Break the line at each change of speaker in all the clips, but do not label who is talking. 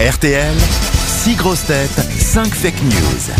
RTL, 6 grosses têtes, 5 fake news.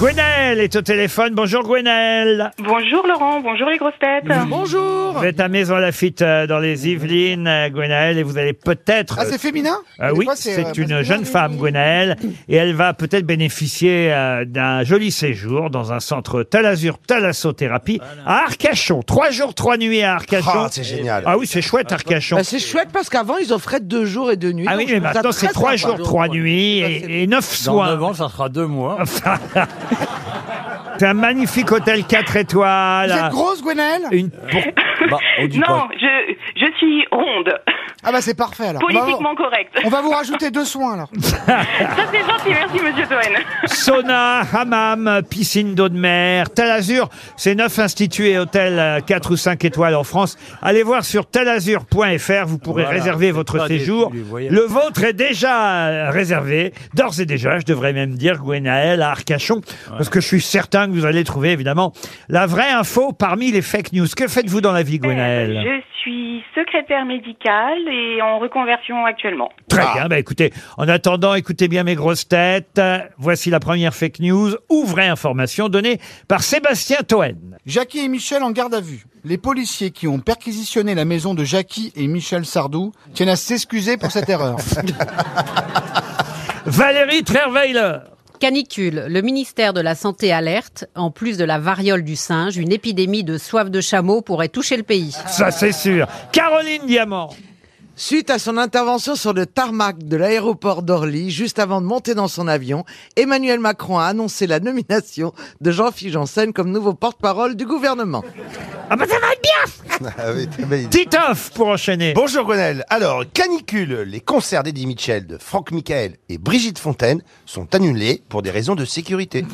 Gwenaëlle est au téléphone. Bonjour Gwenaëlle.
Bonjour Laurent, bonjour les grosses têtes.
Vous êtes à Maison Lafitte euh, dans les Yvelines, euh, Gwenaëlle, et vous allez peut-être.
Ah, c'est féminin
Euh,
Des
oui,
fois,
c'est
euh,
une
masculin.
jeune femme, Gwenaëlle, et elle va peut-être bénéficier euh, d'un joli séjour dans un centre Talazur Thalassothérapie à Arcachon. Trois jours, trois nuits à Arcachon.
Ah, c'est génial.
Ah oui, c'est chouette Arcachon.
Bah, c'est chouette parce qu'avant ils offraient deux jours et deux nuits.
Ah oui, mais
donc je trouve ça
maintenant c'est
très
trois
sympa.
jours, trois nuits
Ça, c'est-
et, et neuf
Dans
soins.
9 ans, ça sera deux mois.
C'est un magnifique hôtel 4 étoiles.
Vous êtes grosse, Gwenaëlle
Une pour-
Bah, on dit pas.
Non, je, je suis ronde,
Ah bah c'est parfait alors. On va-
politiquement correcte.
On va vous rajouter deux soins alors.
Ça c'est gentil, merci Monsieur Toen.
sauna, hammam, piscine d'eau de mer, Talazur. C'est neuf instituts et hôtels euh, 4 ou 5 étoiles en France. Allez voir sur talazur.fr, vous pourrez
Voilà,
réserver
c'est
votre
pas des-
séjour.
des voyages.
Le vôtre est déjà euh, réservé, d'ores et déjà, je devrais même dire Gwenaël à Arcachon, parce que je suis certain que vous allez trouver évidemment la vraie info parmi les fake news. Que faites-vous dans la vie, Gwenaël
Je suis secrétaire médicale et en reconversion actuellement.
Très bien, bah écoutez, en attendant, écoutez bien mes grosses têtes. Euh, Voici la première fake news, ou vraie information donnée par Sébastien Toen.
Jackie et Michel en garde à vue. Les policiers qui ont perquisitionné la maison de Jackie et Michel Sardou tiennent à s'excuser pour cette erreur.
Valérie Trierweiler,
Canicule, le ministère de la Santé alerte, en plus de la variole du singe, une épidémie de soif de chameau pourrait toucher le pays.
ça c'est sûr. Caroline Diamant,
Suite à son intervention sur le tarmac de l'aéroport d'Orly, juste avant de monter dans son avion, Emmanuel Macron a annoncé la nomination de Jean-Philippe Janssen comme nouveau porte-parole du gouvernement.
ah bah ça va être bien
Ah oui, t'as bien dit.
Titoff pour enchaîner.
Bonjour Grenelle. Alors, canicule, les concerts d'Eddie Mitchell, de Franck Michael et Brigitte Fontaine sont annulés pour des raisons de sécurité.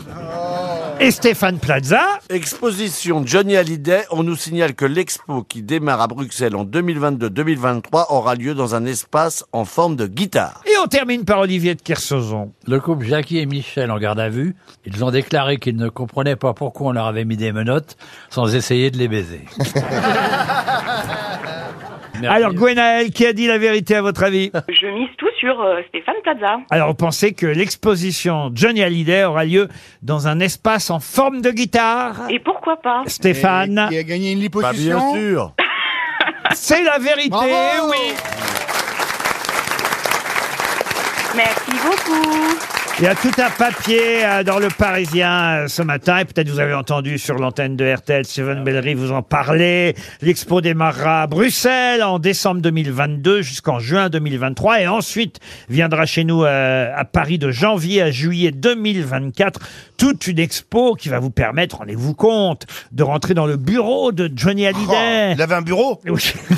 Et Stéphane Plaza,
Exposition Johnny Hallyday, on nous signale que l'expo qui démarre à Bruxelles en 2022-2023 aura lieu dans un espace en forme de guitare.
et on termine par Olivier de Kersauzon.
Le couple Jackie et Michel en garde à vue, ils ont déclaré qu'ils ne comprenaient pas pourquoi on leur avait mis des menottes sans essayer de les baiser. Merci.
Alors Gwenaël, qui a dit la vérité à votre avis
Je mise tout sur euh, Stéphane Plaza.
Alors on pensait que l'exposition Johnny Hallyday aura lieu dans un espace en forme de guitare
Et pourquoi pas
Stéphane,
Qui a gagné une
Pas bien
liposuction.
sûr
c'est la vérité,
Bravo
oui
Merci beaucoup.
Il y a tout un papier euh, dans le Parisien euh, ce matin, et peut-être vous avez entendu sur l'antenne de RTL, Steven Bellery vous en parler. L'expo démarrera à Bruxelles en décembre 2022 jusqu'en juin 2023, et ensuite viendra chez nous euh, à Paris de janvier à juillet 2024. Toute une expo qui va vous permettre, rendez-vous compte, de rentrer dans le bureau de Johnny
Oh,
Hallyday.
il avait un bureau
Oui.
C'est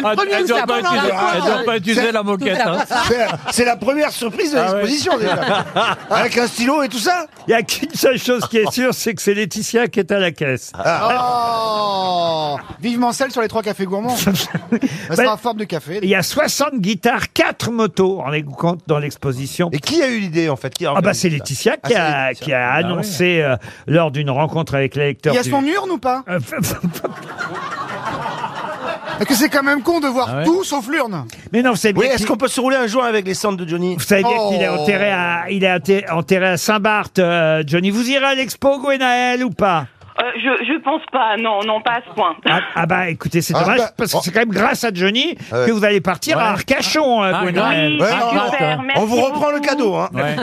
le premier
Elles
qui
doivent
s'appelle dans la
pas utiliser- elles
poire.
doivent pas utiliser la moquette. hein.
C'est- C'est la première surprise de
Ah
l'exposition déjà. Avec un stylo et tout ça.
Il n'y a qu'une seule chose qui est sûre, c'est que c'est Laetitia qui est à la caisse.
Oh Vivement celle sur les trois cafés gourmands. Ça
Ben-
sera en forme de café.
Il y a 60 guitares, 4 motos, en compte, dans l'exposition.
Et qui a eu l'idée en fait qui a
Ah bah
organisé
c'est
ça
Laetitia
Ah,
qui
c'est
a,
Laetitia. Ah
qui a annoncé euh, lors d'une rencontre avec les
Il
lecteurs.
y a
du-
son urne ou pas
Euh,
Parce que c'est quand même con de voir
Ah ouais.
tout sauf l'urne.
Mais non, c'est bien.
Oui, est-ce
qu'il-
qu'on peut se rouler un joint avec les cendres de Johnny
Vous savez bien
Oh.
qu'il est enterré à, il est athé- enterré à Saint-Barth, euh, Johnny. Vous irez à l'expo, Gwenaël, ou pas
Euh, je, je pense pas, non, non, pas à ce point.
ah, ah bah écoutez, c'est
Ah
dommage,
bah,
parce que
oh. Ah
c'est quand même grâce à Johnny
Ouais.
que vous allez partir à
Ouais.
Arcachon, euh,
Ah,
Gwenaël.
Oui,
Ouais,
on
super,
rate.
merci
On vous reprend le
beaucoup.
cadeau. Hein.
Ouais.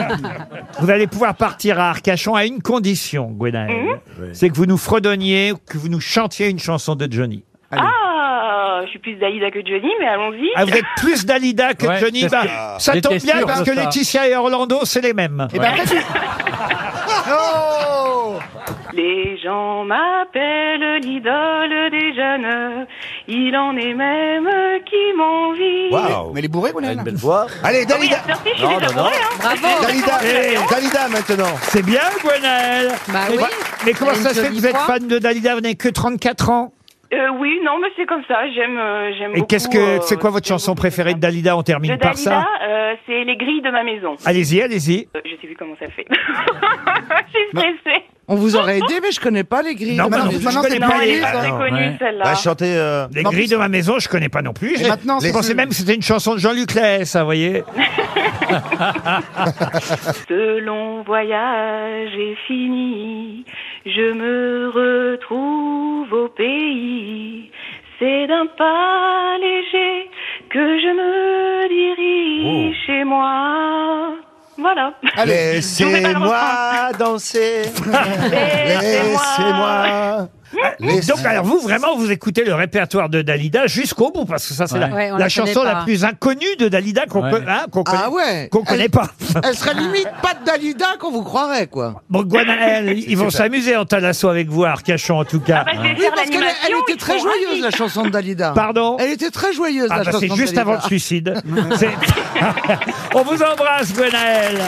Vous allez pouvoir partir à Arcachon à une condition,
Mhm.
Gwenaël. C'est que vous nous fredonniez, que vous nous chantiez une chanson de Johnny.
Ah, je suis plus Dalida que Johnny, mais allons-y.
Ah, vous êtes plus Dalida que
Ouais,
Johnny.
c'est
Bah,
ce
ça
j'étais
tombe bien
sûr
parce
de
que
ça. Ah.
Laetitia et Orlando, c'est les mêmes.
Et
Bah,
ben après tu... Oh
Les gens m'appellent l'idole des jeunes. Il en est même qui m'envie. Ah
Waouh.
Mais elle est bourrée,
Elle a une
Gwenaëlle
belle voix.
Allez,
Oui,
Dalida,
sorti, je suis
Non,
déjà
non, non.
bourrée, hein.
Bravo
Dalida, Dalida maintenant.
C'est bien, Gwenaëlle
Bah
mais,
oui.
mais comment
Elle
ça
a une
se fait que
jolie
vous êtes
voix.
fan de Dalida Vous n'avez que 34 ans.
Euh, oui, non, mais c'est comme ça. J'aime, euh, j'aime
Et
beaucoup,
qu'est-ce
euh,
que c'est quoi votre
j'aime
chanson
beaucoup
préférée de
ça.
Dalida On termine
De
par ça. Ah.
Dalida, euh, c'est les grilles de ma maison.
Allez-y, allez-y.
Euh, je sais plus comment ça fait. je suis stressée.
On vous aurait aidé, mais je connais pas les grilles.
Non,
de
mais
ma
non,
maison.
je connais
c'est
pas Ah
dans
les,
l'église, hein.
J'ai
non,
connu
ouais.
celle-là.
Bah, chanter. euh,
les
Non,
grilles de ma maison, je connais pas non plus.
Et maintenant,
Je
c'est-
pensais même que c'était une chanson de Jean-Luc Lay, ça, vous voyez.
Ce long voyage est fini, je me retrouve au pays. C'est d'un pas léger que je me dirige
Oh.
chez moi. Voilà.
Laissez-moi danser. Laissez-moi. Laissez-
Donc alors vous vraiment vous écoutez le répertoire de Dalida jusqu'au bout parce que ça c'est
Ouais.
la,
Ouais, on
la
la
chanson
connaît pas.
la plus inconnue de Dalida qu'on
Ouais.
peut- hein, qu'on connaît,
Ah ouais.
qu'on connaît
Elle-
pas.
Elle serait limite pas de Dalida qu'on vous croirait, quoi.
Bon Gwenaël, ils vont s'amuser en talasso avec vous à Arcachon en tout cas.
Bah, je vais
Oui,
faire
parce qu'elle
l'animation,
elle était
ils
très
seront
joyeuse,
ravis.
la chanson de Dalida.
Pardon
Elle était très joyeuse,
Ah
la
bah,
chanson
c'est
de
juste
Dalida.
avant le suicide. C'est- On vous embrasse Gwenaël.